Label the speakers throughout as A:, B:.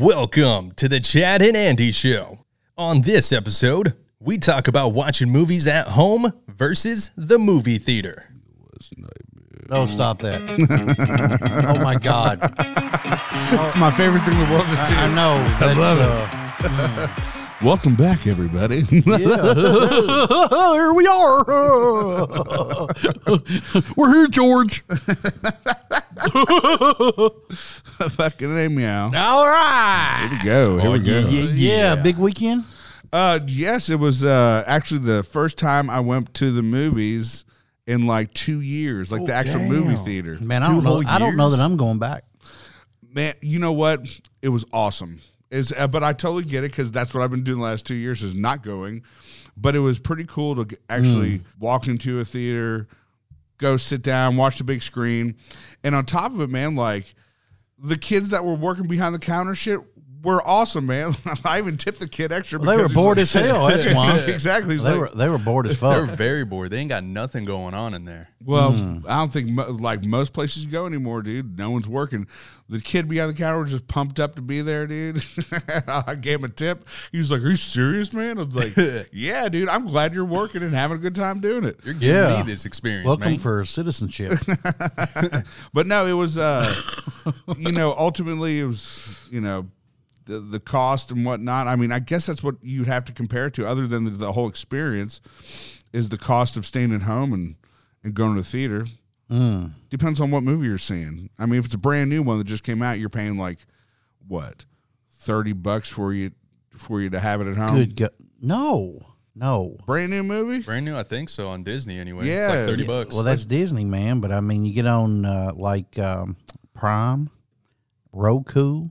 A: Welcome to the Chad and Andy Show. On this episode, we talk about watching movies at home versus the movie theater.
B: No, stop that. oh my God.
C: It's my favorite thing to watch.
B: I, I know. I
C: love
B: uh,
C: Welcome back, everybody.
B: here we are.
C: We're here, George. Fucking a meow.
B: All right.
C: Here we go.
A: Oh,
C: Here we go.
B: Yeah, big weekend.
C: Uh, yes, it was uh, actually the first time I went to the movies in like two years, like the actual movie theater.
B: Man, I don't know. I don't know that I'm going back.
C: Man, you know what? It was awesome. Is uh, but I totally get it because that's what I've been doing the last two years is not going. But it was pretty cool to g-
B: Hmm.
C: actually walk into a theater, go sit down, watch the big screen, and on top of it, man, like the kids that were working behind the counter shit were awesome, man. I even tipped the kid extra.
B: They were
C: because he was
B: bored
C: like-
B: as hell. That's why.
C: exactly. He's
B: They
C: like-
B: were they were bored as
A: They're
B: fuck.
A: very bored. They ain't got nothing going on in there.
C: Well, I don't think mo- like most places you go anymore, dude. No one's working. The kid behind the counter was just pumped up to be there, dude. I gave him a tip. He was like, "Are you serious, man?" I was like, "Yeah, dude. I'm glad you're working and having a good time doing it."
A: You're giving
B: Yeah.
A: me this experience,
B: Welcome
A: man.
B: for citizenship.
C: But no, it was, uh, you know, ultimately it was, you know, the, the cost and whatnot. I mean, I guess that's what you'd have to compare it to, other than the, the whole experience, is the cost of staying at home and, and going to the theater.
B: Mm.
C: Depends on what movie you're seeing. I mean, if it's a brand new one that just came out, you're paying like what thirty bucks for you for you to have it at home.
B: Good go- No. No.
C: Brand new movie.
A: Brand new, I think so, on Disney anyway. It's
C: Yeah.
A: like 30 bucks.
B: Well, that's Disney, man. But I mean, you get on uh, like um, Prime, Roku.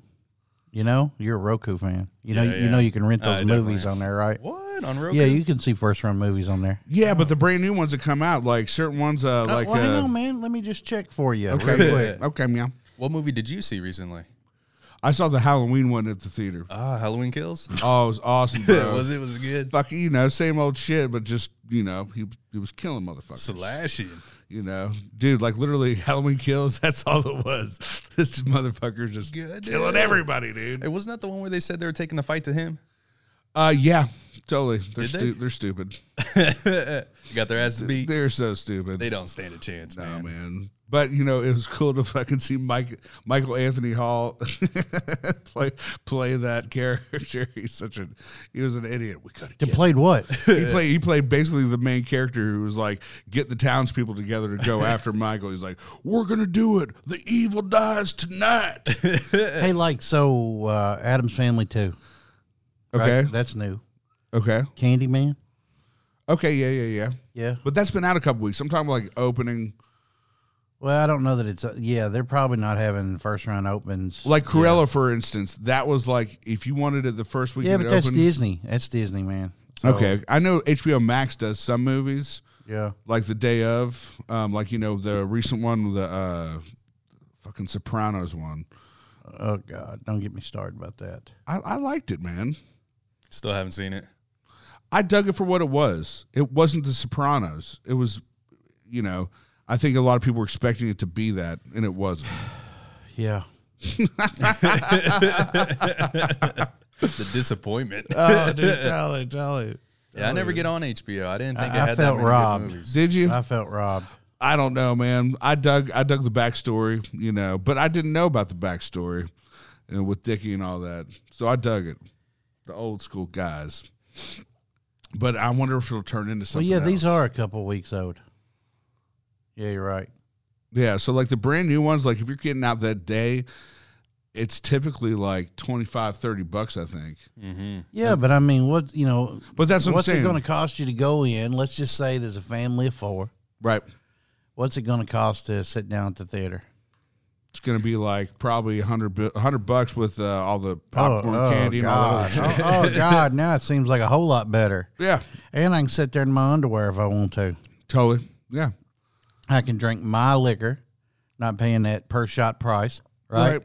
B: You know, you're a Roku fan. You know,
A: Yeah,
B: you
A: yeah.
B: know, you can rent
A: I
B: those
A: definitely
B: movies
A: am.
B: on there, right?
A: what? On Roku?
B: Yeah, you can see first run movies on there.
C: Yeah, but the brand new ones that come out, like certain ones, uh, like
B: well, hang
C: uh,
B: on, man. Let me just check for you.
C: okay, wait, okay, meow.
A: What movie did you see recently?
C: I saw the Halloween one at the theater.
A: Ah, Halloween Kills?
C: Oh, it was awesome, bro.
A: was it? Was it good?
C: Fucking, you know, same old shit, but just, you know, he, he was killing motherfuckers.
A: Slashing.
C: You know, dude, like literally Halloween kills. That's all it was. this just motherfucker just
A: Good
C: killing
A: deal.
C: everybody, dude.
A: It wasn't that the one where they said they were taking the fight to him?
C: Uh, yeah, totally. They're
A: Did they?
C: stu- they? are stupid.
A: Got their asses beat.
C: They're so stupid.
A: They don't stand a chance,
C: oh
A: man.
C: man. But you know, it was cool to fucking see Mike Michael Anthony Hall play play that character. He's such a he was an idiot. We could
B: They played what?
C: he played he played basically the main character who was like get the townspeople together to go after Michael. He's like, We're gonna do it. The evil dies tonight.
B: hey, like so, uh, Adam's Family too.
C: Okay.
B: that's new.
C: Okay.
B: Candyman.
C: Okay, yeah, yeah, yeah.
B: Yeah.
C: But that's been out a couple weeks. Sometime like opening
B: Well, I don't know that it's. Uh, yeah, they're probably not having first run opens.
C: like Cruella, for instance, that was like if you wanted it the first week.
B: yeah,
C: it
B: but that's
C: opened-
B: Disney. That's Disney, man. So,
C: Okay. I know HBO Max does some movies.
B: Yeah.
C: like the day of, um, like you know the recent one, the uh, fucking Sopranos one.
B: Oh God, don't get me started about that.
C: I, I liked it, man.
A: Still haven't seen it.
C: I dug it for what it was. It wasn't the Sopranos. It was, you know, I think a lot of people were expecting it to be that, and it wasn't.
B: Yeah.
A: The disappointment.
C: oh, dude, tell it, tell it.
A: yeah, I never get on HBO. I didn't think
B: I-
A: I,
B: I
A: had that
B: felt
A: many good
B: robbed.
A: movies.
C: Did you?
B: I felt robbed.
C: I don't know, man. I dug, I dug the backstory, you know, but I didn't know about the backstory, you know, with Dickie and all that. So I dug it, the old school guys. But I wonder if it'll turn into
B: Well,
C: something.
B: yeah, these
C: else.
B: are a couple weeks old. Yeah, you're right.
C: Yeah, so like the brand new ones, like if you're getting out that day, it's typically like 25, 30 bucks, I think.
A: Mm-hmm.
B: Yeah, but I mean, what you know,
C: But that's what
B: what's
C: I'm
B: it
C: saying.
B: going to cost you to go in? Let's just say there's a family of four.
C: right.
B: What's it going to cost to sit down at the theater?
C: It's going to be like probably 100, bu- 100 bucks with uh, all
B: Oh,
C: the popcorn, candy, and all that.
B: God.
C: other shit.
B: oh, oh, God, now it seems like a whole lot better.
C: Yeah,
B: And I can sit there in my underwear if I want to.
C: totally. Yeah.
B: I can drink my liquor, not paying that per shot price, right?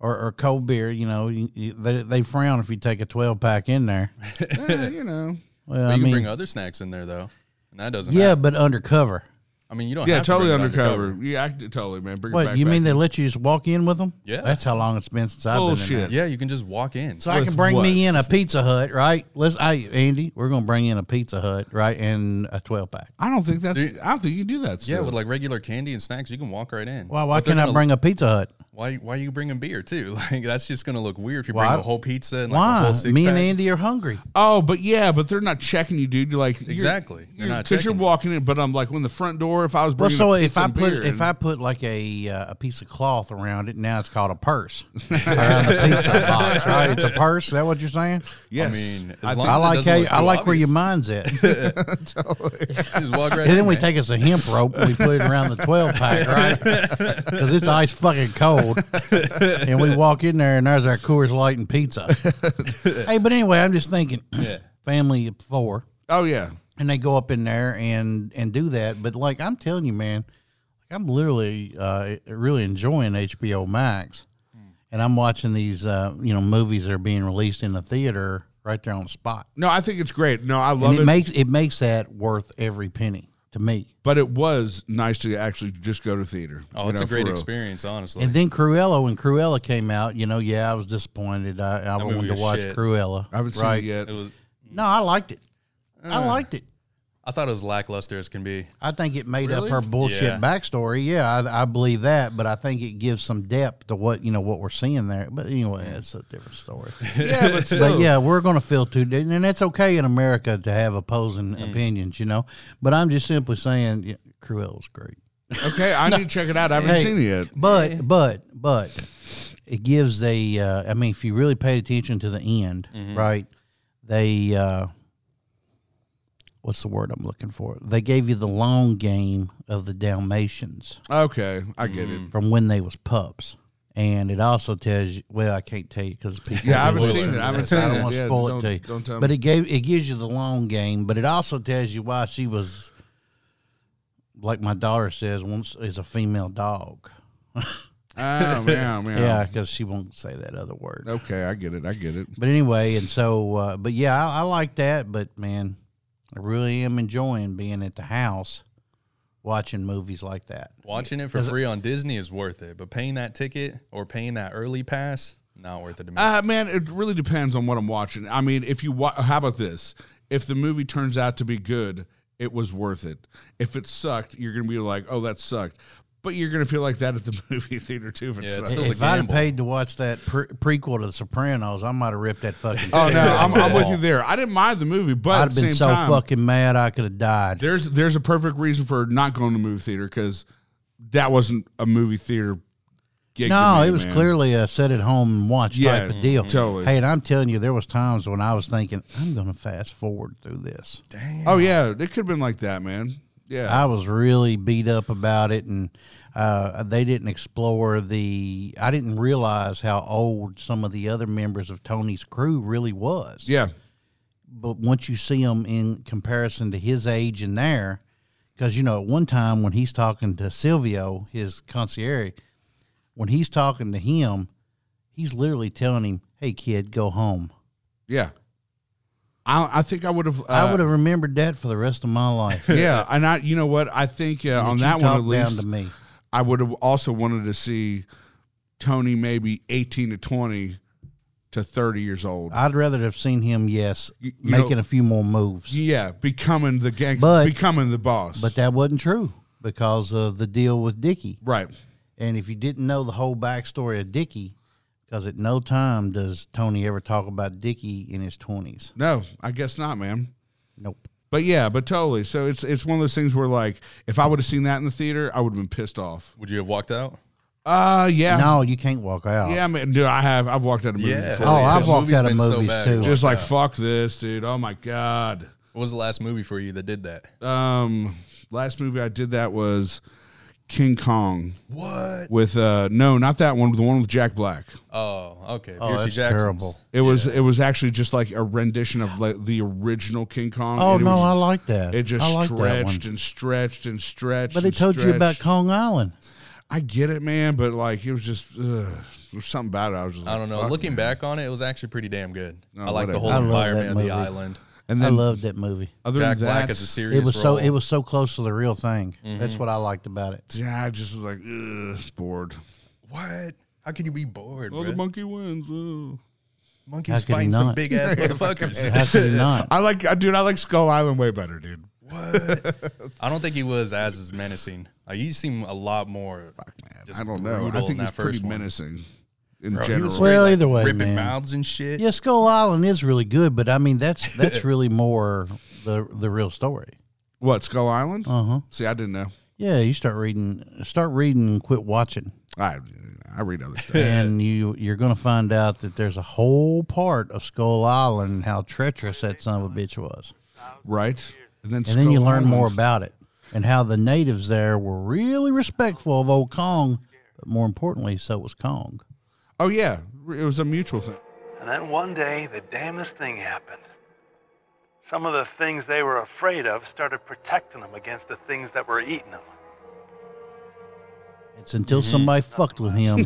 B: Or, or cold beer, you know, you, you, they, they frown if you take a 12 pack in there.
C: Right. Eh, you know.
B: Well,
A: But
B: I
A: you can
B: mean,
A: bring other snacks in there though, and that doesn't.
B: yeah,
A: matter.
B: but undercover.
A: I mean, you don't.
C: Yeah,
A: have to
C: totally
A: bring it
C: undercover. Yeah, I, totally, man. Bring it
B: What
C: back,
B: you
C: back.
B: mean? They let you just walk in with them?
A: Yeah.
B: that's how long it's been since I've been in
C: Bullshit.
B: there.
A: Yeah, you can just walk in.
B: So I can bring me in a Pizza Hut, right? Let's, I Andy, we're gonna bring in a Pizza Hut, right, and a twelve pack.
C: I don't think that's. I don't think you do that.
A: Yeah,
C: Still.
A: with like regular candy and snacks, you can walk right in.
B: Why? Why
A: But they're
B: can't I
A: gonna-
B: bring a Pizza Hut?
A: Why? Why are you bringing beer too? Like that's just gonna look weird if you
B: Why?
A: bring a whole pizza and like a
B: Why?
A: whole six
B: Me
A: pack.
B: and Andy are hungry.
C: oh, but yeah, but they're not checking you, dude. You're like you're-
A: Exactly. They're
C: you're-
A: not
C: you're
A: checking you.
C: walking in. But I'm like when the front door. If I was
B: Well,
C: bringing
B: so
C: a
B: if
C: pizza
B: I
C: and
B: put
C: beer
B: if
C: and-
B: I put like a uh, a piece of cloth around it, now it's called a purse around the pizza box, right? It's a purse. Is that what you're saying?
C: yes,
A: I mean, as
C: I
A: long
B: I
A: as it
B: like
A: doesn't
B: how you,
A: look
B: I
A: too
B: like where your
A: obvious.
B: mind's at.
A: Just walk right
B: And
A: in,
B: then we
A: man.
B: take us a hemp rope and we put it around the 12 pack, right? Because it's ice fucking cold. And we walk in there and there's our Coors Light and pizza. hey, but anyway, I'm just thinking
A: Yeah.
B: family of four,
C: oh yeah,
B: and they go up in there and, and do that. But like I'm telling you, man, I'm literally uh, really enjoying HBO Max. And I'm watching these, uh, you know, movies that are being released in the theater right there on the spot,
C: no, I think it's great. No, I
B: and
C: love
B: it,
C: it.
B: makes it makes that worth every penny to me.
C: but it was nice to actually just go to theater.
A: Oh,
C: you
A: it's
C: know,
A: a great
C: for
A: experience, honestly.
B: And then Cruella, when Cruella came out, you know, yeah, I was disappointed. I, I
A: movie
B: wanted to
A: was
B: watch
A: shit.
B: Cruella.
C: I haven't seen
B: right?
C: it yet.
A: it was.
B: No, I liked it.
A: Uh.
B: I liked it.
A: I thought it was lackluster as can be.
B: I think it made
C: Really?
B: up her bullshit
A: Yeah.
B: backstory. Yeah, I, I believe that, but I think it gives some depth to what you know what we're seeing there. But anyway, that's a different story.
C: yeah, but still,
B: but yeah, we're going to feel two, different, and that's okay in America to have opposing opinions, you know. But I'm just simply saying, yeah, Cruella's great.
C: okay, I need to check it out. I haven't
B: Hey,
C: seen it yet.
B: But but but it gives a. Uh, I mean, if you really paid attention to the end, right? They uh, what's the word I'm looking for? They gave you the long game of the Dalmatians
C: Okay, I get
A: Mm.
C: it.
B: from when they was pups. And it also tells you. Well, I can't tell you because people.
C: Yeah, I haven't
B: will
C: seen
B: listen
C: it.
B: to
C: I haven't
B: this.
C: seen
B: I don't
C: it.
B: want to
C: Yeah,
B: spoil
C: don't-
B: it to you.
C: don't tell
B: but
C: me.
B: it gave it gives you the long game. But it also tells you why she was, like my daughter says, once is a female dog.
C: Oh man, man.
B: Yeah, because she won't say that other word.
C: Okay, I get it. I get it.
B: But anyway, and so, uh, but yeah, I, I like that. But man, I really am enjoying being at the house watching movies like that.
A: Watching it for free on Disney is worth it, but paying that ticket or paying that early pass, not worth it to me.
C: Uh, man, it really depends on what I'm watching. I mean, if you wa- how about this? If the movie turns out to be good, it was worth it. If it sucked, you're gonna be like, oh, that sucked. But you're gonna feel like that at the movie theater too. If it
A: Yeah, it's
C: sucked.
A: still-
B: If
A: a
B: I'd have
A: gamble.
B: paid to watch that pre- prequel to The Sopranos, I might have ripped that fucking.
C: oh no, I'm, I'm with you
B: There.
C: there. I didn't mind the movie, but
B: I'd
C: at
B: have
C: the
B: been
C: same
B: so
C: time,
B: fucking mad I could have died.
C: there's there's a perfect reason for not going to movie theater because that wasn't a movie theater. Gig
B: No,
C: to me,
B: it was
C: man.
B: clearly a sit at home and watch
C: Yeah,
B: type of deal.
C: totally.
B: Hey, and I'm telling you, there was times when I was thinking, I'm going to fast forward through this.
C: Oh yeah, it could have been like that, man. Yeah,
B: I was really beat up about it, and uh, they didn't explore the. I didn't realize how old some of the other members of Tony's crew really was.
C: yeah.
B: But once you see them in comparison to his age and there, because you know at one time when he's talking to Silvio, his concierge, when he's talking to him, he's literally telling him, "Hey kid, go home."
C: Yeah. I, I think I would have. Uh,
B: I would have remembered that for the rest of my life.
C: Yeah, and I, you know what? I think uh, on
B: you
C: that one at
B: talked down
C: least,
B: to me.
C: I would have also wanted to see Tony maybe eighteen to twenty to thirty years old.
B: I'd rather have seen him, yes,
C: You- you
B: making
C: know-
B: a few more moves.
C: yeah, becoming the gang,
B: But-
C: becoming the boss.
B: but that wasn't true because of the deal with Dickie.
C: right.
B: And if you didn't know the whole backstory of Dickie, because at no time does Tony ever talk about Dickie in his 20s.
C: No, I guess not, man.
B: Nope.
C: But yeah, but totally. So it's it's one of those things where like if I would have seen that in the theater, I would have been pissed off.
A: Would you have walked out?
C: Uh yeah.
B: No, you can't walk out.
C: Yeah, I mean, dude, I have I've walked out of movie
A: Yeah.
C: before.
B: Oh, I've
A: This
B: walked
A: movie's
B: out of
A: been so
B: movies
A: bad.
B: too.
A: Just-
C: Just like fuck this, dude. Oh my god.
A: What was the last movie for you that did that?
C: Um, last movie I did that was King Kong
A: What?
C: with uh no, not that one, the one with Jack Black.
A: Oh, okay.
B: Oh,
A: Piercy
B: that's
A: Jackson's.
B: terrible.
C: It was it was actually just like a rendition of like the original King Kong.
B: oh,
C: and it
B: no,
C: was-
B: I like that.
C: it just
B: I like that one.
C: stretched and stretched and stretched.
B: But
C: and
B: it told you about
C: stretched.
B: Kong Island.
C: I get it, man, but like it was just ugh, there was something about it. I was just
A: I don't know.
C: Fuck,
A: Looking
C: man.
A: back on it, it was actually pretty damn good.
C: No,
A: I like the
C: whatever.
A: whole
B: I love that
A: environment of the
B: movie.
A: island.
C: And
B: I
C: then
B: loved that movie.
C: other
A: Jack
C: than
A: Black
C: that,
A: is a serious
B: It was so
A: role.
B: it was so close to the real thing. That's what I liked about it.
C: yeah, I just was like Ugh, bored.
A: what? How can you be bored?
C: Oh,
A: bruh?
C: the monkey wins. Ugh.
B: How
A: Monkeys
B: could he
A: fighting some
B: not?
A: big ass motherfuckers.
B: How could you not?
C: I like, I- dude. I like Skull Island way better, dude.
A: What? I don't think he was as as menacing. Uh, he seemed a lot more.
C: Man,
A: Just
C: I don't know. I
A: brutal in
C: think
A: that
C: he's pretty
A: first one.
C: menacing in
A: Bro, he
C: general.
A: was straight,
B: Well,
A: like,
B: either way,
A: ripping
B: man.
A: mouths and shit.
B: Yeah, Skull Island is really good, but I mean that's that's really more the the real story.
C: what Skull Island?
B: Uh huh.
C: See, I didn't know.
B: Yeah, you start reading, start reading, and quit watching,
C: I I read other stuff.
B: and you you're gonna find out that there's a whole part of Skull Island and how treacherous that son of a bitch was,
C: right? And then,
B: and then you
C: Skull
B: learn more
C: Island.
B: about it and how the natives there were really respectful of old Kong, but more importantly, so was Kong.
C: Oh yeah, it was a mutual thing.
D: And then one day, the damnedest thing happened. Some of the things they were afraid of started protecting them against the things that were eating them.
B: It's until somebody fucked with him.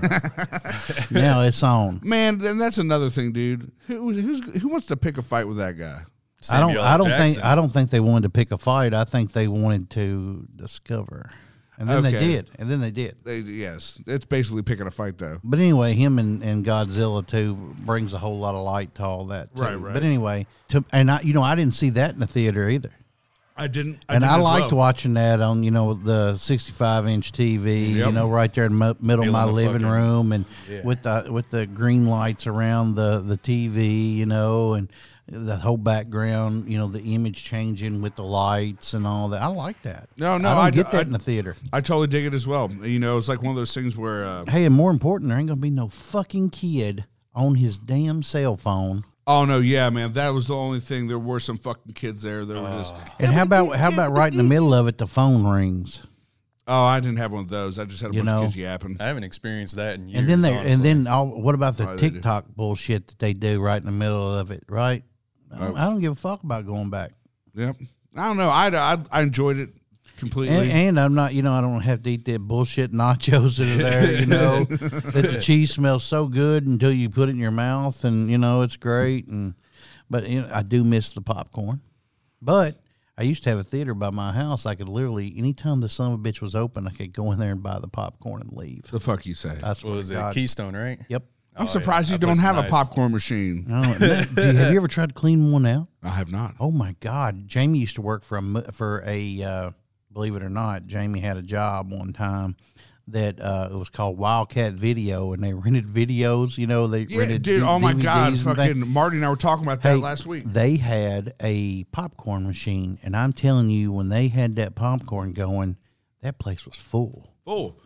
B: now it's on.
C: Man, and that's another thing, dude. Who who's who wants to pick a fight with that guy?
B: I
A: Samuel
B: don't. I don't
A: Jackson.
B: think. I don't think they wanted to pick a fight. I think they wanted to discover, and then they
C: Okay.
B: did. And then they did.
C: They, yes, it's basically picking a fight though.
B: But anyway, him and, and Godzilla too brings a whole lot of light to all that. Too.
C: Right, right.
B: But anyway, to, and I, you know, I didn't see that in the theater either.
C: I didn't.
B: and I liked
C: to watch.
B: watching that on you know the 65 inch TV, you
C: Yep.
B: know, right there in the mi- middle of my
A: the
B: living
A: fucking-
B: room, and with the with the green lights around the the TV, you know, and the whole background, you know, the image changing with the lights and all that. I like that.
C: No, no,
B: I don't
C: I d-
B: get that
C: I-
B: in the theater.
C: I totally dig it as well. You know, it's like one of those things where uh,
B: Hey, and more important, there ain't gonna be no fucking kid on his damn cell phone.
C: Oh no, yeah, man. That was the only thing. There were some fucking kids there. There were just
A: Ah.
B: And how about how about right in the middle of it, the phone rings,
C: oh, I didn't have one of those. I just had a
B: You
C: bunch
B: know.
C: of kids yapping.
A: I haven't experienced that in years.
B: and then they and
A: honestly.
B: then all, what about the
C: Oh, they do.
B: TikTok bullshit that they do right in the middle of it? Right, I don't, I don't give a fuck about going back.
C: Yep. I don't know. I, I, I enjoyed it completely.
B: And, and I'm not, you know, I don't have to eat that bullshit nachos that are there. You know, that the cheese smells so good until you put it in your mouth, and you know it's great. And but you know, I do miss the popcorn. But I used to have a theater by my house. I could literally, anytime the son of a bitch was open, I could go in there and buy the popcorn and leave.
C: the fuck you say?
B: That's
A: what was it? Keystone, right?
B: Yep.
C: I'm
A: Oh,
C: surprised
A: yeah.
C: you
A: That
C: don't
A: place
C: have
A: is
C: a
A: nice.
C: popcorn machine.
B: I don't know. Do you- have you ever tried to clean one out?
C: I have not.
B: Oh my God! Jamie used to work for a mo- for a uh, believe it or not. Jamie had a job one time that uh, it was called Wildcat Video, and they rented videos. You know, they
C: Yeah,
B: rented
C: dude.
B: D-
C: oh my god,
B: DVDs and things.
C: fucking Marty and I were talking about that
B: Hey,
C: last week.
B: They had a popcorn machine, and I'm telling you, when they had that popcorn going, that place was full.
C: Full.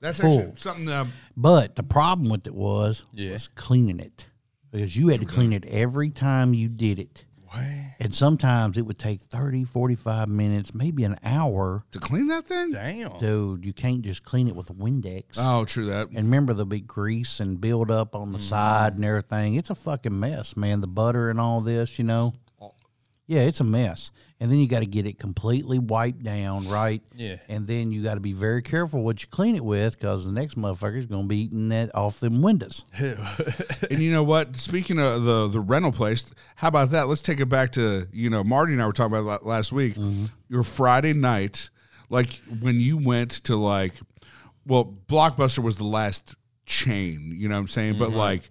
C: That's
B: Full.
C: actually something. Uh,
B: But the problem with it was
A: Yeah.
B: was cleaning it because you had to clean it every time you did it.
A: What?
B: And sometimes it would take 30, 45 minutes, maybe an hour.
C: to clean that thing.
A: Damn.
B: Dude, you can't just clean it with Windex.
C: Oh, true that.
B: and remember, there'll be grease and build up on the side and everything. It's a fucking mess, man. The butter and all this, you know. Yeah, it's a mess. And then you got to get it completely wiped down, right?
A: Yeah.
B: And then you got to be very careful what you clean it with because the next motherfucker's going to be eating that off them windows.
C: And you know what? Speaking of the the rental place, how about that? Let's take it back to you know Marty and I were talking about la- last week.
A: Mm-hmm.
C: Your Friday night, like when you went to like, well, Blockbuster was the last chain. You know what I'm saying? But like.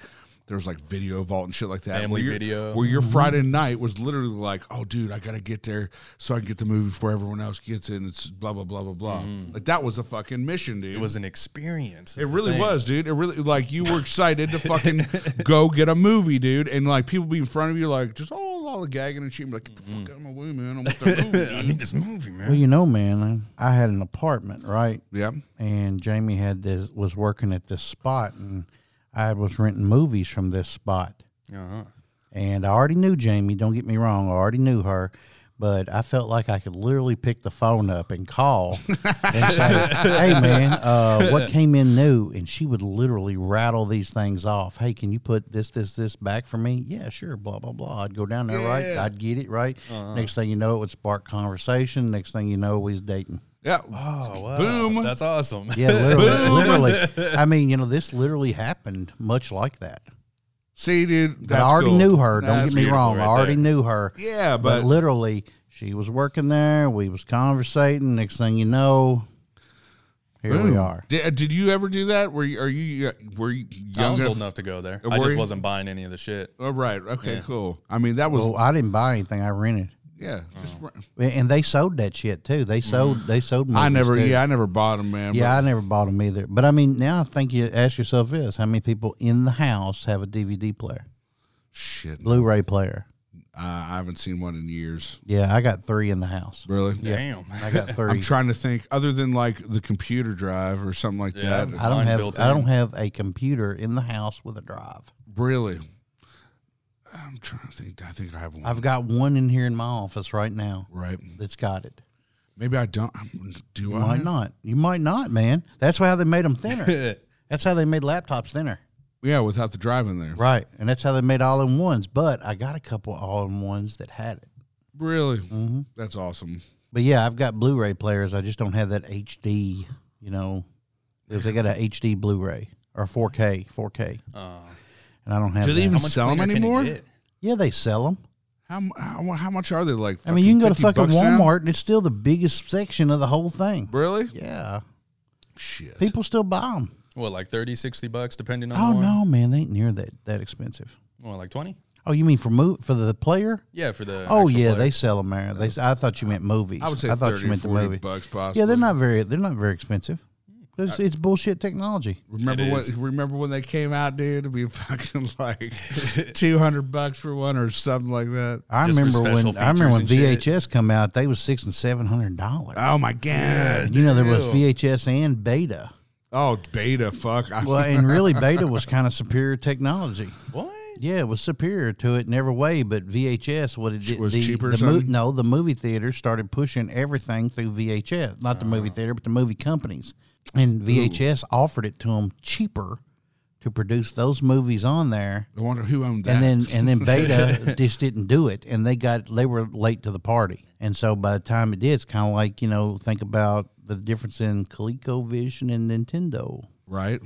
C: there was like Video Vault and shit like that.
A: Mm-hmm. Family
C: where your-
A: Video. Mm-hmm.
C: Where your Friday night was literally like, oh, dude, I got to get there so I can get the movie before everyone else gets it. And it's blah, blah, blah, blah, blah. Like, that was a fucking mission, dude.
A: Mm-hmm. It was an experience.
C: It
A: is the
C: really
A: thing.
C: was, dude. It really like you were excited to fucking go get a movie, dude, and like people be in front of you, like just all all the gagging and shit. Like get the fuck
B: Mm-hmm.
C: out of my way, man! I want the
A: I
C: movie.
A: need
C: dude."
A: this movie,
B: Well,
A: man.
B: you know, man, I I had an apartment, right?
C: yeah,
B: and Jamie had this was working at this spot, and I was renting movies from this spot.
A: Uh-huh.
B: And I already knew Jamie. Don't get me wrong, I already knew her, but I felt like I could literally pick the phone up and call and say, "Hey, man, uh, what came in new?" And she would literally rattle these things off. Hey, can you put this, this, this back for me? Yeah, sure. Blah blah blah. I'd go down there, right? I'd get it right. Next thing you know, it would spark conversation. Next thing you know, we was dating.
C: yeah.
A: Oh, wow.
C: Boom.
A: That's awesome.
B: Yeah, literally, literally. I mean, you know, this literally happened much like that.
C: See, dude,
B: But I
C: that's
B: already
C: cool.
B: knew her. Don't
C: That's
B: get me
C: beautiful
B: wrong.
C: right
B: I already
C: there.
B: knew her.
C: Yeah,
B: but,
C: but,
B: literally, she was working there. We was conversating. Next thing you know, here we
C: Boom.
B: are.
C: Did, did you ever do that? Were you are you were you
A: I
C: young
A: was old
C: enough?
A: enough to go there.
C: Uh,
A: I
C: were
A: just
C: you?
A: wasn't buying any of the shit.
C: Oh, right. Okay.
A: Yeah.
C: Cool. I mean, that was
B: Well, Oh, uh, I didn't buy anything. I rented,
C: yeah. Just,
B: and they sold that shit too. They sold. They sold. Movies
C: Mm. I never.
B: Too.
C: Yeah, I never bought them, man.
B: Yeah, I never bought them either. But I mean, now I think you ask yourself this: How many people in the house have a DVD player,
C: but- shit. Uh,
B: Blu-ray player?
C: I haven't seen one in years.
B: Yeah, I got three in the house.
C: Really.
A: Damn.
B: I got 3
C: I'm trying to think. Other than like the computer drive or something like
A: Yeah.
C: that.
B: I don't
A: Mine
B: have.
A: built
B: I
A: in.
B: don't have a computer in the house with a drive.
C: Really. I'm trying to think. I think I have one.
B: I've got one in here in my office right now
C: right.
B: that's got it.
C: Maybe I don't. Do
B: You
C: I?
B: might not. You might not, man. That's how they made them thinner. that's how they made laptops thinner.
C: Yeah, without the drive in there.
B: Right. And that's how they made all in ones. But I got a couple all in ones that had it.
C: Really.
B: Mm-hmm.
C: That's awesome.
B: But yeah, I've got Blu ray players. I just don't have that HD, you know, because they got a HD Blu ray or 4K, 4K.
A: Uh,
B: And I don't have
C: Do they
B: that.
C: even-
A: how much
C: sell 'em
A: cleaner can it
C: anymore?
A: get?
B: Yeah, they sell them.
C: How, mu- how how much are they like?
B: I mean, you can go to
C: 50
B: fucking
C: bucks now?
B: Walmart and it's still the biggest section of the whole thing.
C: Really?
B: Yeah.
C: Shit.
B: People still buy them.
A: What, like 30, 60 bucks, depending on
B: Oh
A: the one?
B: no, man, they ain't near that that expensive.
A: Well, like 20?
B: Oh, you mean for mo- for the player?
A: Yeah, for the.
B: oh
A: actual
B: yeah,
A: player.
B: they sell them there. They, s- I thought you meant movies.
C: I would say
B: I thought
C: 30,
B: you meant the
C: 40
B: movie.
C: bucks possibly.
B: Yeah, they're not very they're not very expensive. It's, it's bullshit technology.
C: Remember
A: It
C: when
A: is.
C: remember when they came out, dude? To be fucking like two hundred bucks for one or something like that.
B: I
A: Just for
B: remember when
A: special
B: I remember when
A: features and shit.
B: VHS come out, they was six and seven hundred dollars.
C: Oh my god!
B: you know there was
A: ew.
B: VHS and Beta.
C: Oh beta, fuck! I,
B: Well, and really Beta was kind of superior technology.
A: What?
B: Yeah, it was superior to it in every way, but VHS, what it did
C: Was
B: the,
C: cheaper or
B: the mo-
C: something?
B: no, the movie theater started pushing everything through VHS, not the
C: Ah.
B: movie theater, but the movie companies, and VHS offered it to them cheaper to produce those movies on there,
C: I wonder who owned that.
B: and then and then Beta just didn't do it, and they got they were late to the party, and so by the time it did, it's kind of like you know think about the difference in ColecoVision and Nintendo.
C: right?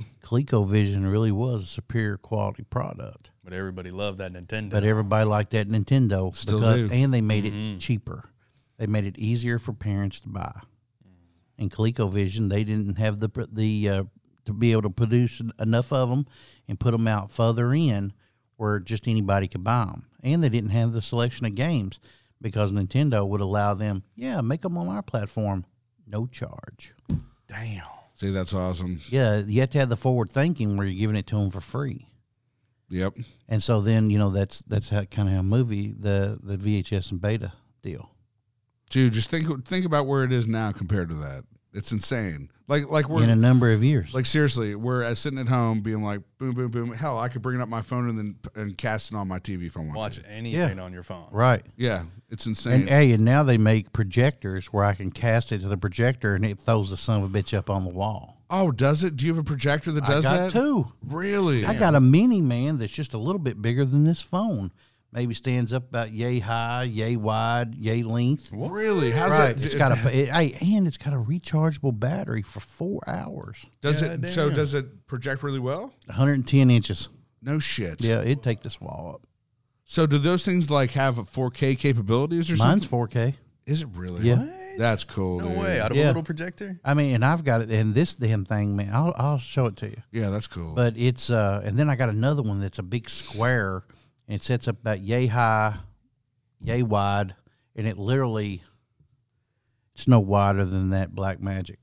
B: ColecoVision really was a superior quality product
A: But everybody loved that Nintendo.
B: but everybody liked that Nintendo
C: Still do.
B: and they made it cheaper. They made it easier for parents to buy. And ColecoVision, they didn't have the pr- the uh, to be able to produce en- enough of them and put them out further in where just anybody could buy them. And they didn't have the selection of games because Nintendo would allow them, yeah, make them on our platform, no charge.
A: Damn.
C: See, that's awesome.
B: Yeah, you have to have the forward thinking where you're giving it to them for free.
C: Yep.
B: And so then you know that's that's how kind of how movie the the VHS and beta deal.
C: Dude, just think think about where it is now compared to that. It's insane. Like like we're
B: in a number of years.
C: Like seriously, we're uh, sitting at home being like, boom, boom, boom. Hell, I could bring up my phone and then and cast it on my TV if I want
A: Watch
C: to.
A: anything on your phone.
B: right.
C: Yeah, it's insane.
B: And hey, and now they make projectors where I can cast it to the projector and it throws the son of a bitch up on the wall.
C: oh, does it? Do you have a projector that does
B: I
C: that?
B: got two.
C: Really?
B: I got a mini man that's just a little bit bigger than this phone. Maybe stands up about yay high, yay wide, yay length.
C: really? How's
B: right.
C: that?
B: It's got a it, hey, and it's got a rechargeable battery for four hours.
C: does it? So
A: Goddamn.
C: does it project really well?
B: 110 inches.
C: No shit.
B: Yeah, it'd take this wall up.
C: So do those things like have a 4K capabilities or
B: Mine's
C: something?
B: 4K.
C: Is it really?
B: Yeah.
C: That's cool.
A: No
C: dude.
A: way. Out of
B: Yeah.
A: a little projector?
B: I mean, and I've got it in this damn thing, man. I'll, I'll show it to you.
C: Yeah, that's cool.
B: But it's uh, and then I got another one that's a big square, and it sets up about yay high, yay wide, and it literally, it's no wider than that black magic.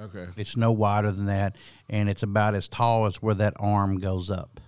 C: okay.
B: It's no wider than that, and it's about as tall as where that arm goes up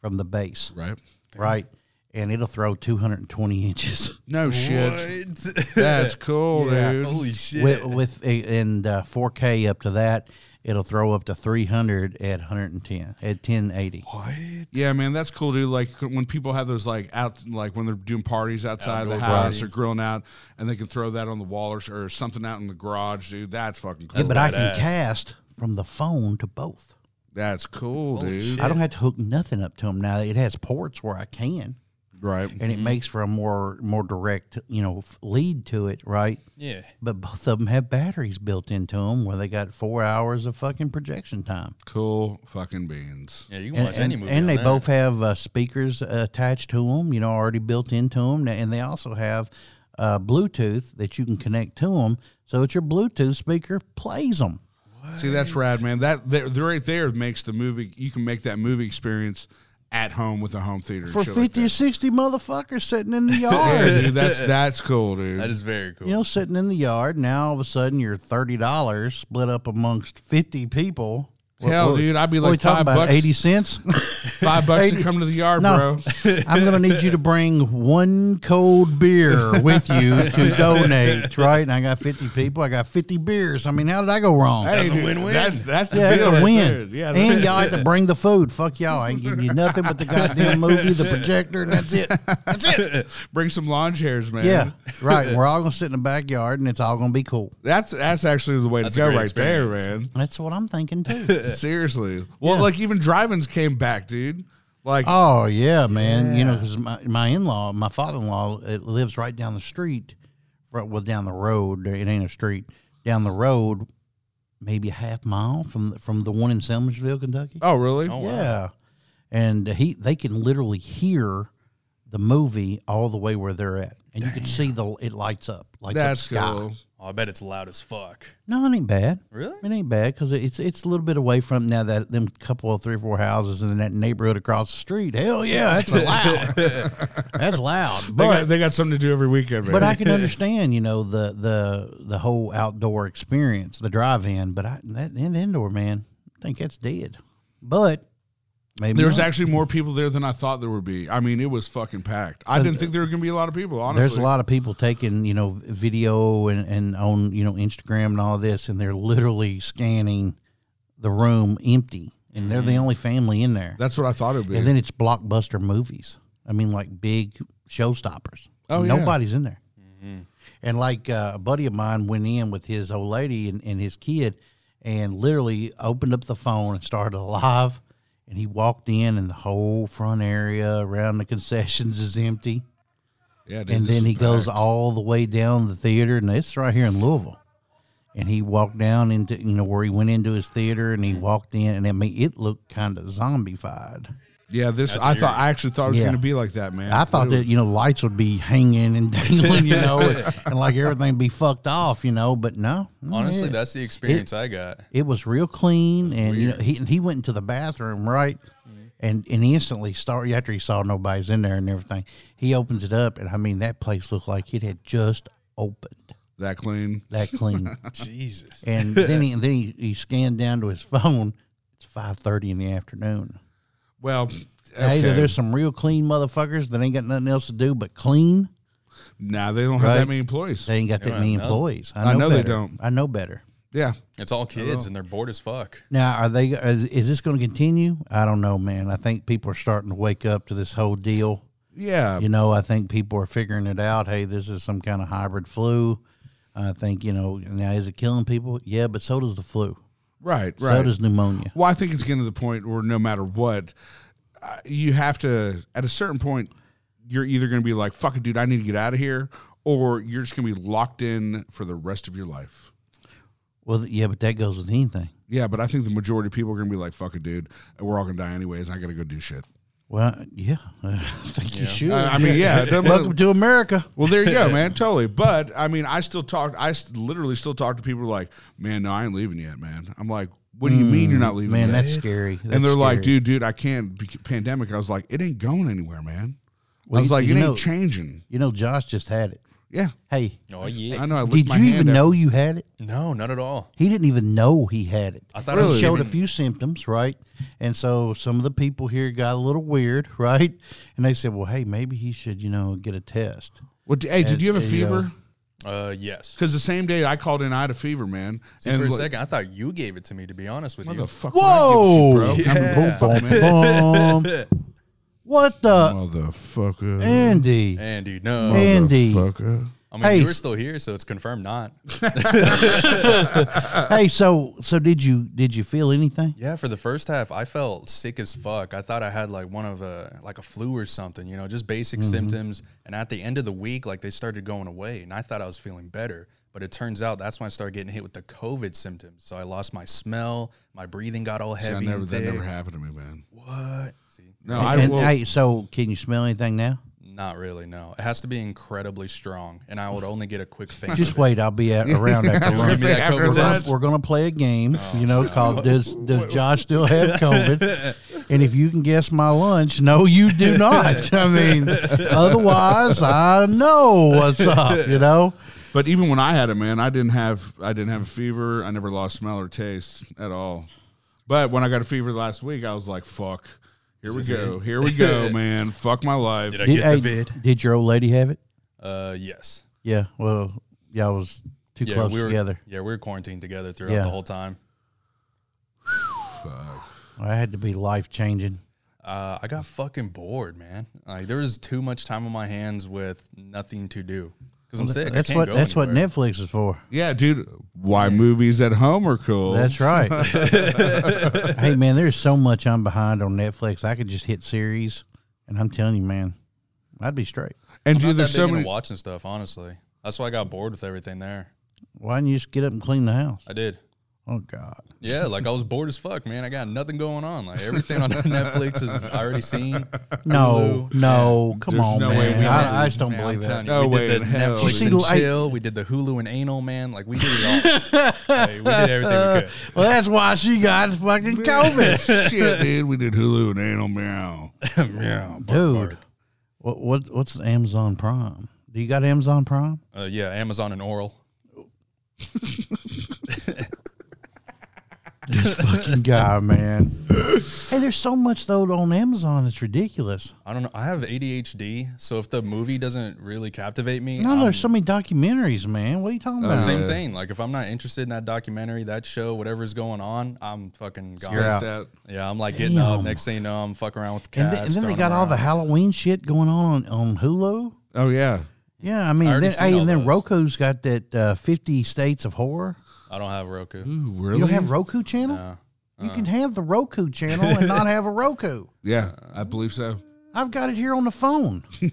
B: from the base,
C: Right.
B: right? And it'll throw 220 inches
C: No shit.
A: What?
C: That's cool,
B: Yeah.
C: dude.
A: Holy shit.
B: with, with and uh, 4K up to that. It'll throw up to 300 at 110 at 1080.
A: what?
C: Yeah, man, that's cool, dude. Like when people have those like out, like when they're doing parties outside
A: Outdoor
C: the house
A: parties.
C: or grilling out, and they can throw that on the wall or, or something out in the garage, dude. That's fucking cool.
B: Yeah, but I can
A: badass.
B: cast from the phone to both.
C: that's cool,
A: Holy
C: dude.
A: shit.
B: I don't have to hook nothing up to them now. It has ports where I can.
C: Right.
B: and it makes for a more more direct you know f- lead to it, right?
A: Yeah.
B: But both of them have batteries built into them where they got four hours of fucking projection time.
C: Cool fucking beans.
A: Yeah, you can
B: And,
A: watch
B: and,
A: any movie.
B: and
A: on
B: they
A: that.
B: both have uh, speakers uh, attached to them, you know, already built into them. And they also have uh, Bluetooth that you can connect to them. So it's your Bluetooth speaker plays them.
C: See, that's rad, man. That there, there right there makes the movie. You can make that movie experience at home with a home theater and
B: for
C: shit
B: 50 or 60 motherfuckers sitting in the
C: Like that.
B: yard.
C: Yeah, dude, that's that's cool, dude.
A: That is very cool.
B: you know, sitting in the yard. Now all of a sudden you're $30 split up amongst 50 people. What-
C: Hell,
B: what-
C: dude, I'd be
B: what are we
C: like
B: talking
C: five
B: about
C: bucks,
B: 80 cents?
C: five bucks to
B: 80
C: come to the yard,
B: No.
C: bro.
B: I'm going to need you to bring one cold beer with you to donate, right? And I got 50 people. I got 50 beers. I mean, how did I go wrong?
C: Hey,
A: a
C: dude,
A: win-win.
C: That's that's the
B: yeah,
C: deal
B: that's a
C: right
B: win.
C: there. Yeah,
B: and y'all had to bring the food. Fuck y'all. I ain't giving you nothing but the goddamn movie, the projector, and that's it.
C: bring some lawn chairs, man.
B: Yeah, right. We're all gonna sit in the backyard, and it's all gonna be cool.
C: that's that's actually the way
A: That's a
C: to go,
A: great
C: right there,
A: experience.
C: man.
B: That's what I'm thinking too.
C: Seriously. Well, like even drive-ins came back, dude. Like
B: oh yeah, man. You know, because my, my in law, my father in law, lives right down the street, right, well down the road. It ain't a street. Down the road, maybe a half mile from from the one in Selmsville, Kentucky.
C: oh, really?
A: Oh, wow.
B: yeah, and he they can literally hear the movie all the way where they're at, and you can see the it lights up. Lights up
C: that's
B: the sky.
C: cool.
A: Oh, I bet it's loud as fuck.
B: No, it ain't bad.
A: Really?
B: It ain't bad because it's it's a little bit away from now that them couple of three or four houses in that neighborhood across the street. Hell yeah, that's loud. that's loud.
C: They
B: But
C: got, they got something to do every weekend, man.
B: but I can understand, you know, the the the whole outdoor experience, the drive-in. But I that in indoor man, I think that's dead. But maybe
C: There's
B: not.
C: actually more people there than I thought there would be. I mean, it was fucking packed. I didn't think there were going to be a lot of people, honestly.
B: there's a lot of people taking you know video and and on you know Instagram and all this, and they're literally scanning the room empty, and they're the
C: Mm-hmm.
B: only family in there.
C: That's what I thought it would be.
B: And then it's blockbuster movies. I mean, like big showstoppers.
C: Oh, yeah. Mm-hmm.
B: Nobody's in there. And like uh, a buddy of mine went in with his old lady and, and his kid and literally opened up the phone and started a live. And he walked in, and the whole front area around the concessions is empty.
C: yeah, dude,
B: And
C: this
B: then he
C: was
B: goes
C: packed.
B: all the way down the theater, and it's right here in Louisville. And he walked down into, you know, where he went into his theater, and he
C: Mm.
B: walked in, and I mean, it looked kind of zombified.
C: Yeah, this
A: That's
C: I
A: weird.
C: thought I actually thought it was
B: Yeah.
C: going to be like that, man.
B: I thought
C: It
B: that you know lights would be hanging and dangling, you know, and, and, like everything be fucked off, you know. But no, no,
A: Honestly,
B: it,
A: that's the experience I got.
B: it was real clean, and you know, he and he went into the bathroom right,
A: Mm-hmm.
B: and and instantly started after he saw nobody's in there and everything. He opens it up, and I mean that place looked like it had just opened
C: was that clean.
B: that clean,
A: Jesus.
B: and then he then he, he scanned down to his phone. It's five thirty in the afternoon.
C: Well,
B: Now, Either
C: okay.
B: there's some real clean motherfuckers that ain't got nothing else to do but clean.
C: nah, they don't have
B: Right.
C: that many employees.
B: They ain't got that
A: Yeah,
B: many
A: no.
B: employees. I know,
C: I know they
B: better.
C: don't.
B: I know better.
C: yeah,
A: It's all kids
C: Hello.
A: and they're bored as fuck.
B: Now, are they? Is, is this going to continue? I don't know, man. I think people are starting to wake up to this whole deal.
C: yeah.
B: You know, I think people are figuring it out. Hey, this is some kind of hybrid flu. I think you know. Now, is it killing people? Yeah, but so does the flu.
C: Right,
B: So
C: right.
B: does pneumonia.
C: well, I think it's getting to the point where no matter what, uh, you have to at a certain point, you're either going to be like, "Fuck it, dude, I need to get out of here," or you're just going to be locked in for the rest of your life.
B: Well, yeah, but that goes with anything.
C: Yeah, but I think the majority of people are gonna be like, "Fuck it, dude, we're all gonna die anyways. I gotta go do shit."
B: Well, yeah, I think you should.
C: Uh, I mean, yeah. it doesn't-
B: Welcome to America.
C: well, there you go, man. Totally. But I mean, I still talk. I s- literally still talk to people who are like, "Man, no, I ain't leaving yet, man." I'm like, "What do you mean you're not leaving?"
B: Mm, Man,
C: yet?"
B: that's scary. That's
C: and they're like,
B: scary.
C: "Dude, dude, I can't." Be- pandemic. I was like, "It ain't going anywhere, man."
B: Well,
C: I was
B: you-
C: like,
B: you
C: "It
B: know-
C: ain't changing."
B: you know, Josh just had it.
C: Yeah,
B: Hey,
A: Oh yeah.
C: I know. I licked
B: did
C: my
B: you
C: hand
B: even
C: up.
B: know you had it?
A: No, not at all.
B: He didn't even know he had it.
A: I thought
B: he
A: it was
B: showed
A: even-
B: a few symptoms, right? And so some of the people here got a little weird, right? And they said, "Well, hey, maybe he should, you know, get a test."
C: Well, d- hey, did
B: And,
C: you have a
B: you know-
C: fever?
A: Uh yes.
C: Because the same day I called in, I had a fever, man.
A: See, for a
C: like,
A: second, I thought you gave it to me. To be honest with
C: What
A: you,
C: the fuck? would I give a shit, bro?
A: Yeah.
C: Come and bull- fuck, man.
B: Boom. what the
C: Motherfucker.
B: Andy?
A: Andy? No,
B: Andy.
C: Motherfucker.
A: I mean,
B: Hey,
A: you were
B: s-
A: still here, so it's confirmed not.
B: hey, so so did you did you feel anything?
A: Yeah, for the first half, I felt sick as fuck. I thought I had like one of a like a flu or something, you know, just basic
C: Mm-hmm.
A: symptoms. And at the end of the week, like they started going away, and I thought I was feeling better. But it turns out that's when I started getting hit with the COVID symptoms. So I lost my smell, my breathing got all
C: See, I
A: heavy.
C: never,
A: and
C: that never
A: thick.
C: happened to me, man.
A: What? See,
C: No, I
B: And,
C: will.
B: hey, so can you smell anything now?
A: not really. No, it has to be incredibly strong, and I would only get a quick faint.
B: Just
A: of it.
B: wait, I'll be at, around after
A: Give me
B: lunch.
C: Say
A: that
C: after
A: COVID
B: We're gonna,
C: lunch.
B: we're gonna play a game,
A: Oh.
B: you know, called "Does Does Josh still have COVID?" And if you can guess my lunch, no, you do not. I mean, otherwise, I know what's up. You know,
C: But even when I had it, man, I didn't have I didn't have a fever. I never lost smell or taste at all. But when I got a fever last week, I was like, "Fuck, here we
A: This is
C: go, here we go, man. Fuck my life."
A: Did I
B: did,
A: get the
B: hey,
A: vid?
B: did your old lady have it?
A: Uh, yes.
B: Yeah. Well, yeah, I was too
A: Yeah,
B: close
A: we were
B: together.
A: Yeah, we were quarantined together throughout
B: Yeah.
A: the whole time.
B: I had to be life changing.
A: Uh, I got fucking bored, man. Like there was too much time on my hands with nothing to do because I'm sick.
B: That's
A: I can't
B: what
A: go
B: that's what
A: anywhere.
B: Netflix is for.
C: Yeah, dude. Why movies at home are cool?
B: That's right. hey man, there's so much I'm behind on Netflix. I could just hit series, and I'm telling you, man, I'd be straight.
C: and
A: I'm
C: dude,
A: not that
C: there's
A: big
C: so
A: into
C: many.
A: watching stuff. Honestly, that's why I got bored with everything there.
B: Why don't you just get up and clean the house?
A: I did.
B: Oh God,
A: Yeah, like I was bored as fuck, man. I got nothing going on. Like everything on Netflix is I already seen.
B: no,
A: Hulu.
B: no, come
C: There's
B: on,
C: no way
B: man.
C: we
A: did-
B: I, I just don't
A: man, I'm
B: believe Oh,
A: telling
B: it.
A: you,
C: No
A: we
C: way
A: did
C: in
A: the
C: hell. You
A: Netflix
B: see,
A: and
B: like-
A: chill. we did the Hulu and anal, man. Like we did it all. Like, we did everything we could.
B: Well, that's why she got fucking COVID,
C: Shit, dude. We did Hulu and Anal Meow.
A: yeah,
B: dude. What, what what's the Amazon Prime? Do you got Amazon Prime?
A: Uh, yeah, Amazon and oral.
B: This fucking guy, man. hey, there's so much though on Amazon. It's ridiculous.
A: I don't know. I have ADHD, so if the movie doesn't really captivate me,
B: No,
A: I'm-
B: there's so many documentaries, man. What are you talking about?
A: same
C: Yeah.
A: thing. Like if I'm not interested in that documentary, that show, whatever's going on, I'm fucking gone.
B: You're out.
C: That-
A: Yeah, I'm like getting up.
B: Damn.
A: Next thing you know, I'm fucking around with the
B: and,
A: cats.
B: then and then they
A: throwing
B: got
A: them
B: all the
A: around.
B: Halloween shit going on on, on Hulu.
C: Oh yeah.
B: Yeah, I mean,
A: already
B: then,
A: seen
B: hey,
A: all
B: and then
A: those.
B: Roku's got that uh, 50 states of horror.
A: I don't have Roku.
C: Ooh, really?
B: You don't have Roku channel?
A: No. uh.
B: You can have the Roku channel and not have a Roku.
C: yeah, I believe so.
B: I've got it here on the phone.
A: Man,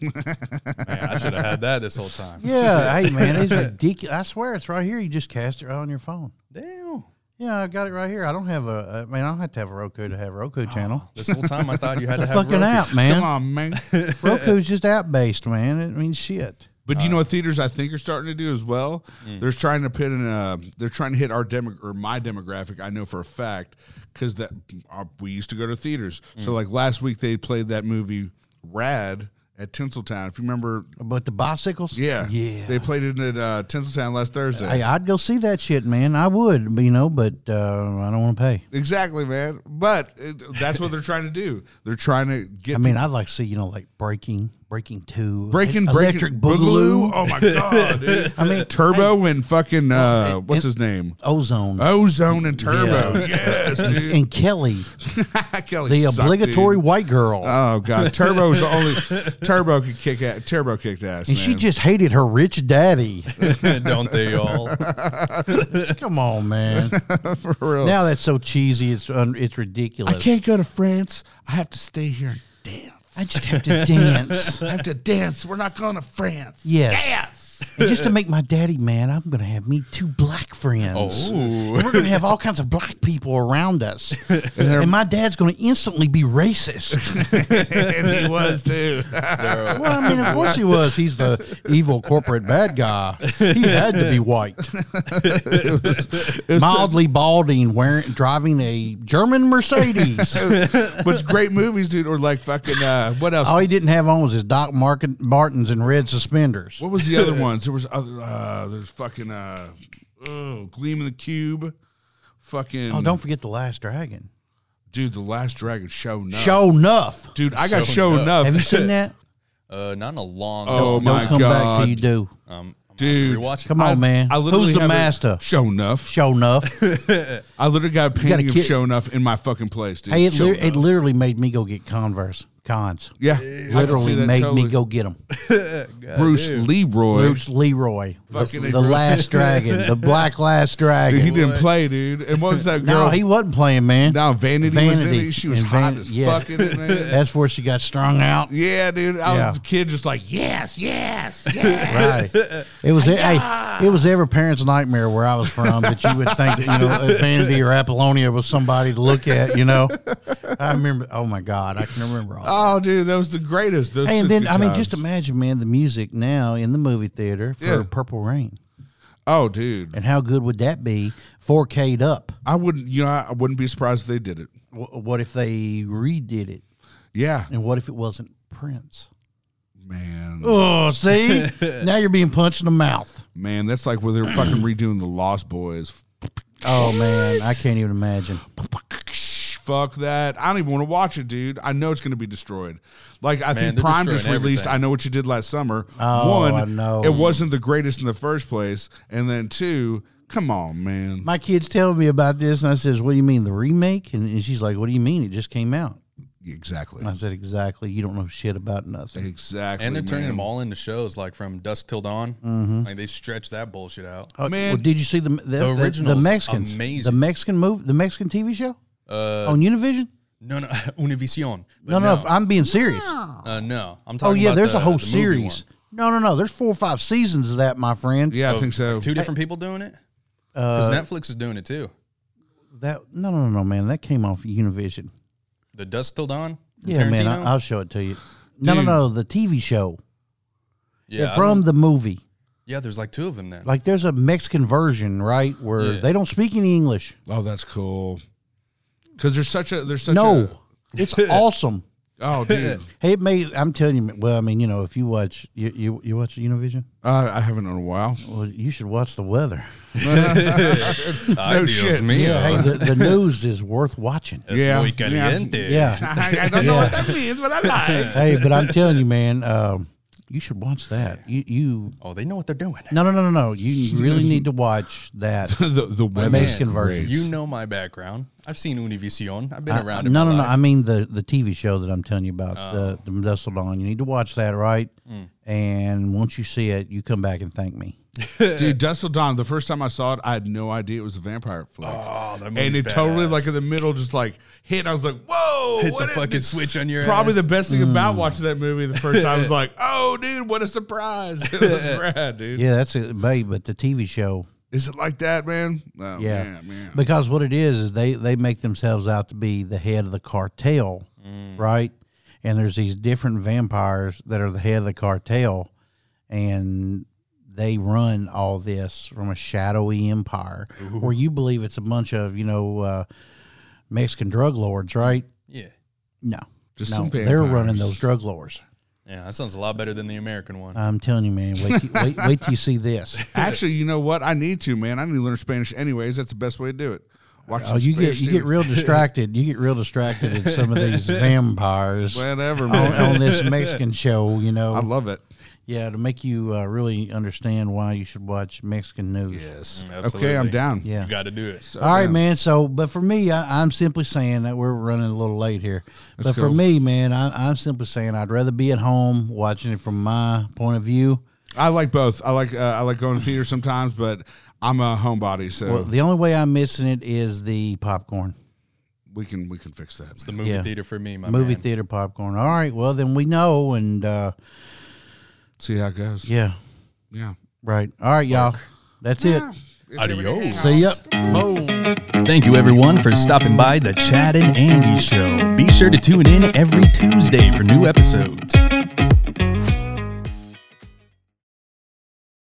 A: I should have had that this whole time.
B: Yeah, hey man, it's ridiculous. I swear it's right here. You just cast it right on your phone.
A: Damn.
B: Yeah, I got it right here. I don't have a. I mean, I don't have to have a Roku to have a Roku channel.
A: This whole time I thought you had to have
B: Fucking
A: Roku.
B: app,
C: Come
B: man.
C: on, man.
B: Roku's just app based, man. I mean, shit.
C: But you know what theaters I think are starting to do as well? They're trying to put in a, they're trying to hit our demo or my demographic. I know for a fact because that uh, we used to go to theaters.
B: Mm.
C: So like last week they played that movie Rad at Tinseltown. If you remember,
B: But the bicycles.
C: yeah,
B: yeah.
C: they played it at uh, Tinseltown last Thursday.
B: Hey, I'd go see that shit, man. I would, but, you know, but uh, I don't want to pay.
C: exactly, man. But it, that's what they're trying to do. They're trying to get.
B: I mean, I'd like to see, you know, like Breaking, Breaking Two,
C: Breaking,
B: E-
C: breaking,
B: Electric Boogaloo,
C: boogaloo. Oh my god, dude!
B: I mean,
C: Turbo and fucking uh,
B: it-
C: what's
B: it-
C: his name?
B: Ozone,
C: Uh, Ozone and Turbo.
B: Yeah.
C: Yes, dude.
B: and Kelly,
C: Kelly
B: the
C: sucked,
B: obligatory
C: dude.
B: white girl.
C: Oh god, Turbo was the only Turbo could kick ass. Turbo kicked ass,
B: and she
C: man.
B: just hated her rich daddy.
A: don't they all?
B: Come on, man.
C: for real.
B: now that's so cheesy. It's un- it's
C: I
B: ridiculous.
C: can't go to France. I have to stay here and dance.
B: I just have to dance.
C: I have to dance. We're not going to France.
B: Yes.
C: Yes.
B: And just to make my daddy mad, I'm going to have me two black friends.
A: Oh.
B: And we're going to have all kinds of black people around us. and my dad's going to instantly be racist.
C: and he was too.
A: They're-
B: well, I mean, of course he was. He's the evil corporate bad guy. He had to be white. Mildly balding, wearing, driving a German Mercedes.
C: What's great movies, dude, or like fucking uh, what else?
B: all he didn't have on was his Doc Martin, Martens and red suspenders.
C: What was the other ones? There was other. Uh, there's fucking uh, oh, Gleam of the Cube. Fucking
B: Oh, don't forget The Last Dragon.
C: dude, the Last Dragon show no.
B: Show enough.
C: dude, I got
A: Show
C: show
A: enough.
C: enough.
B: Have you seen that?
A: uh, not in a long.
C: Oh,
A: time.
C: my
B: don't come back
C: God.
B: till you do.
A: Um, I'm gonna have to
C: dude?
A: rewatch it.
B: Come on, man. Who's the
C: have a-
B: master?
C: Show enough.
B: Show enough.
C: I literally got a
B: got a
C: painting of
B: kid-
C: show enough in my fucking place, dude.
B: Hey, it,
C: Show
B: lit- it
C: enough.
B: literally made me go get Converse. Cons.
C: Yeah.
B: Literally made me go get them.
C: Bruce Leroy.
B: Bruce Leroy, the,
C: Fucking
B: the
C: Leroy.
B: last dragon, the black last
C: Dude,
B: dragon.
C: he didn't play, dude. And what was that girl?
B: no, he wasn't playing, man.
C: No, Vanity, was in
B: Vanity.
C: it. She was
B: And
C: hot
B: Van-
C: as
B: yeah.
C: fuck in it, man.
B: That's where she got strung out.
C: Yeah, dude. I
B: Yeah.
C: was a kid just like, yes, yes, yes.
B: Right. It was hey, it was every parent's nightmare where I was from that you would think that, you know Vanity or Apollonia was somebody to look at. You know, I remember. Oh my God, I can remember all. that.
C: oh, dude, that was the greatest. Those
B: Hey,
C: such
B: and then
C: good
B: I mean, just
C: times.
B: imagine, man, the music now in the movie theater for
C: Yeah.
B: Purple Rain,
C: Oh, dude.
B: and how good would that be? 4K'd up.
C: I wouldn't, you know, I wouldn't be surprised if they did it.
B: W- what if they redid it,
C: Yeah,
B: and what if it wasn't Prince?
C: man.
B: Oh, see, now you're being punched in the mouth.
C: Man, that's like where they're fucking redoing the Lost Boys.
B: Oh man, I can't even imagine.
C: Fuck that. I don't even want to watch it, dude. I know it's going to be destroyed. Like, I think
A: they're
C: Prime
A: destroying
C: just released
A: everything.
C: I Know What You Did Last Summer.
B: Oh,
C: One,
B: I know.
C: it wasn't the greatest in the first place. And then two, come on, man.
B: My kids tell me about this, and I says, "What do you mean the remake?" And, and she's like, "What do you mean? It just came out."
C: exactly.
B: And I said, "Exactly. You don't know shit about nothing."
C: Exactly.
A: And they're turning
C: man.
A: them all into shows, like from dusk till dawn.
B: Mm-hmm.
A: Like they stretch that bullshit out.
B: Oh,
C: man.
B: well, did you see the the, the, the
A: original's
B: Mexicans?
A: amazing. Uh,
B: The Mexican movie, the Mexican TV show on Univision.
A: No, no, Univision. But
B: No, no, I'm being serious.
A: uh, no. I'm
B: Oh
A: talking.
B: yeah,
A: about
B: there's
A: the-
B: a whole
A: the movie one.
B: series. No, no, no. There's four or five seasons of that, my friend.
C: Yeah, I think so.
A: Oh, Two different people doing it.
B: Uh,
A: Because Netflix is doing it too.
B: That no, no, no, no, man. That came off Univision.
A: The dusk till dawn. from
B: Yeah, man.
A: Tarantino?
B: I, I'll show it to you. No, no,
C: Dude.
B: no. The TV show
A: yeah, I
B: from
A: don't-
B: the movie.
A: yeah. There's like two of them then.
B: Like there's a Mexican version, right, where
A: Yeah.
B: they don't speak any English.
C: Oh, that's cool. Because there's such a there's such
B: no,
C: a-
B: it's awesome.
C: oh, dude,
B: Hey, it may I'm telling you. man- Well, I mean, you know, if you watch you you, you watch Univision,
C: uh, I haven't in a while.
B: well, you should watch the weather.
A: Ay, Dios
C: shit.
A: mío.
B: Yeah, hey, the, the news is worth watching.
A: Es
C: Yeah.
A: muy
C: Yeah.
A: caliente.
B: Yeah.
C: I, I don't know what that means, but I like.
B: Hey, but I'm telling you, man, um, you should watch that. You you
A: Oh, they know what they're doing.
B: no no no no no. You really need to watch that.
C: the the weather
B: Mexican version.
A: You know my background. I've seen Univision. I've been
B: I-
A: around. it.
B: no, no, no. I mean the the TV show that I'm telling you about, the the Dustle Dawn. You need to watch that, right? And once you see it, you come back and thank me.
C: dude. Dusk Till Dawn. The first time I saw it, I had no idea it was a vampire flick.
A: Oh, that
C: and
A: movie's
C: it totally
A: badass.
C: like in the middle just like hit. I was like, whoa!
A: hit
C: what
A: the
C: is
A: fucking
C: this?
A: switch on your.
C: Probably
A: ass.
C: the best thing about
B: Mm.
C: watching that movie the first time was like, oh, dude, what a surprise! It was rad, dude.
B: Yeah, that's it, babe. But the TV show,
C: Is it like that, man? Oh,
B: yeah,
C: man, man.
B: because what it is is they they make themselves out to be the head of the cartel,
C: Mm.
B: right? And there's these different vampires that are the head of the cartel, and they run all this from a shadowy empire where you believe it's a bunch of you know uh, Mexican drug lords, right?
A: Yeah.
B: No.
C: Just
B: no,
C: some
B: they're running
C: vampires.
B: those drug lords.
A: Yeah, that sounds a lot better than the American one.
B: I'm telling you, man. Wait, till- wait, wait till you see this.
C: Actually, you know what? I need to, man. I need to learn Spanish anyways. That's the best way to do it. Watch
B: Oh,
C: some
B: you get
C: Spanish
B: you get
C: TV.
B: real distracted. You get real distracted in some of these vampires on,
C: whatever, man.
B: on this Mexican show. You know,
C: I love it.
B: yeah, to make you uh, really understand why you should watch Mexican news.
C: Yes.
A: Absolutely.
C: Okay, I'm down.
B: Yeah.
A: You got to do it.
B: All right, man. So, but for me, I, I'm simply saying that we're running a little late here. but for
C: cool.
B: me, man, I, I'm simply saying I'd rather be at home watching it from my point of view.
C: I like both. I like uh, I like going to theater sometimes, but I'm a homebody, so
B: Well, the only way I'm missing it is the popcorn.
C: we can we can fix that.
A: It's the movie
B: Yeah.
A: theater for me, my
B: movie
A: man.
B: theater popcorn. All right, well then we know, and uh,
C: See how it goes. Yeah.
B: yeah, right. All right, y'all. That's it.
C: It's everything
A: Adios.
C: else.
B: See ya.
A: Thank you, everyone, for stopping by the Chad and Andy Show. Be sure to tune in every Tuesday for new episodes.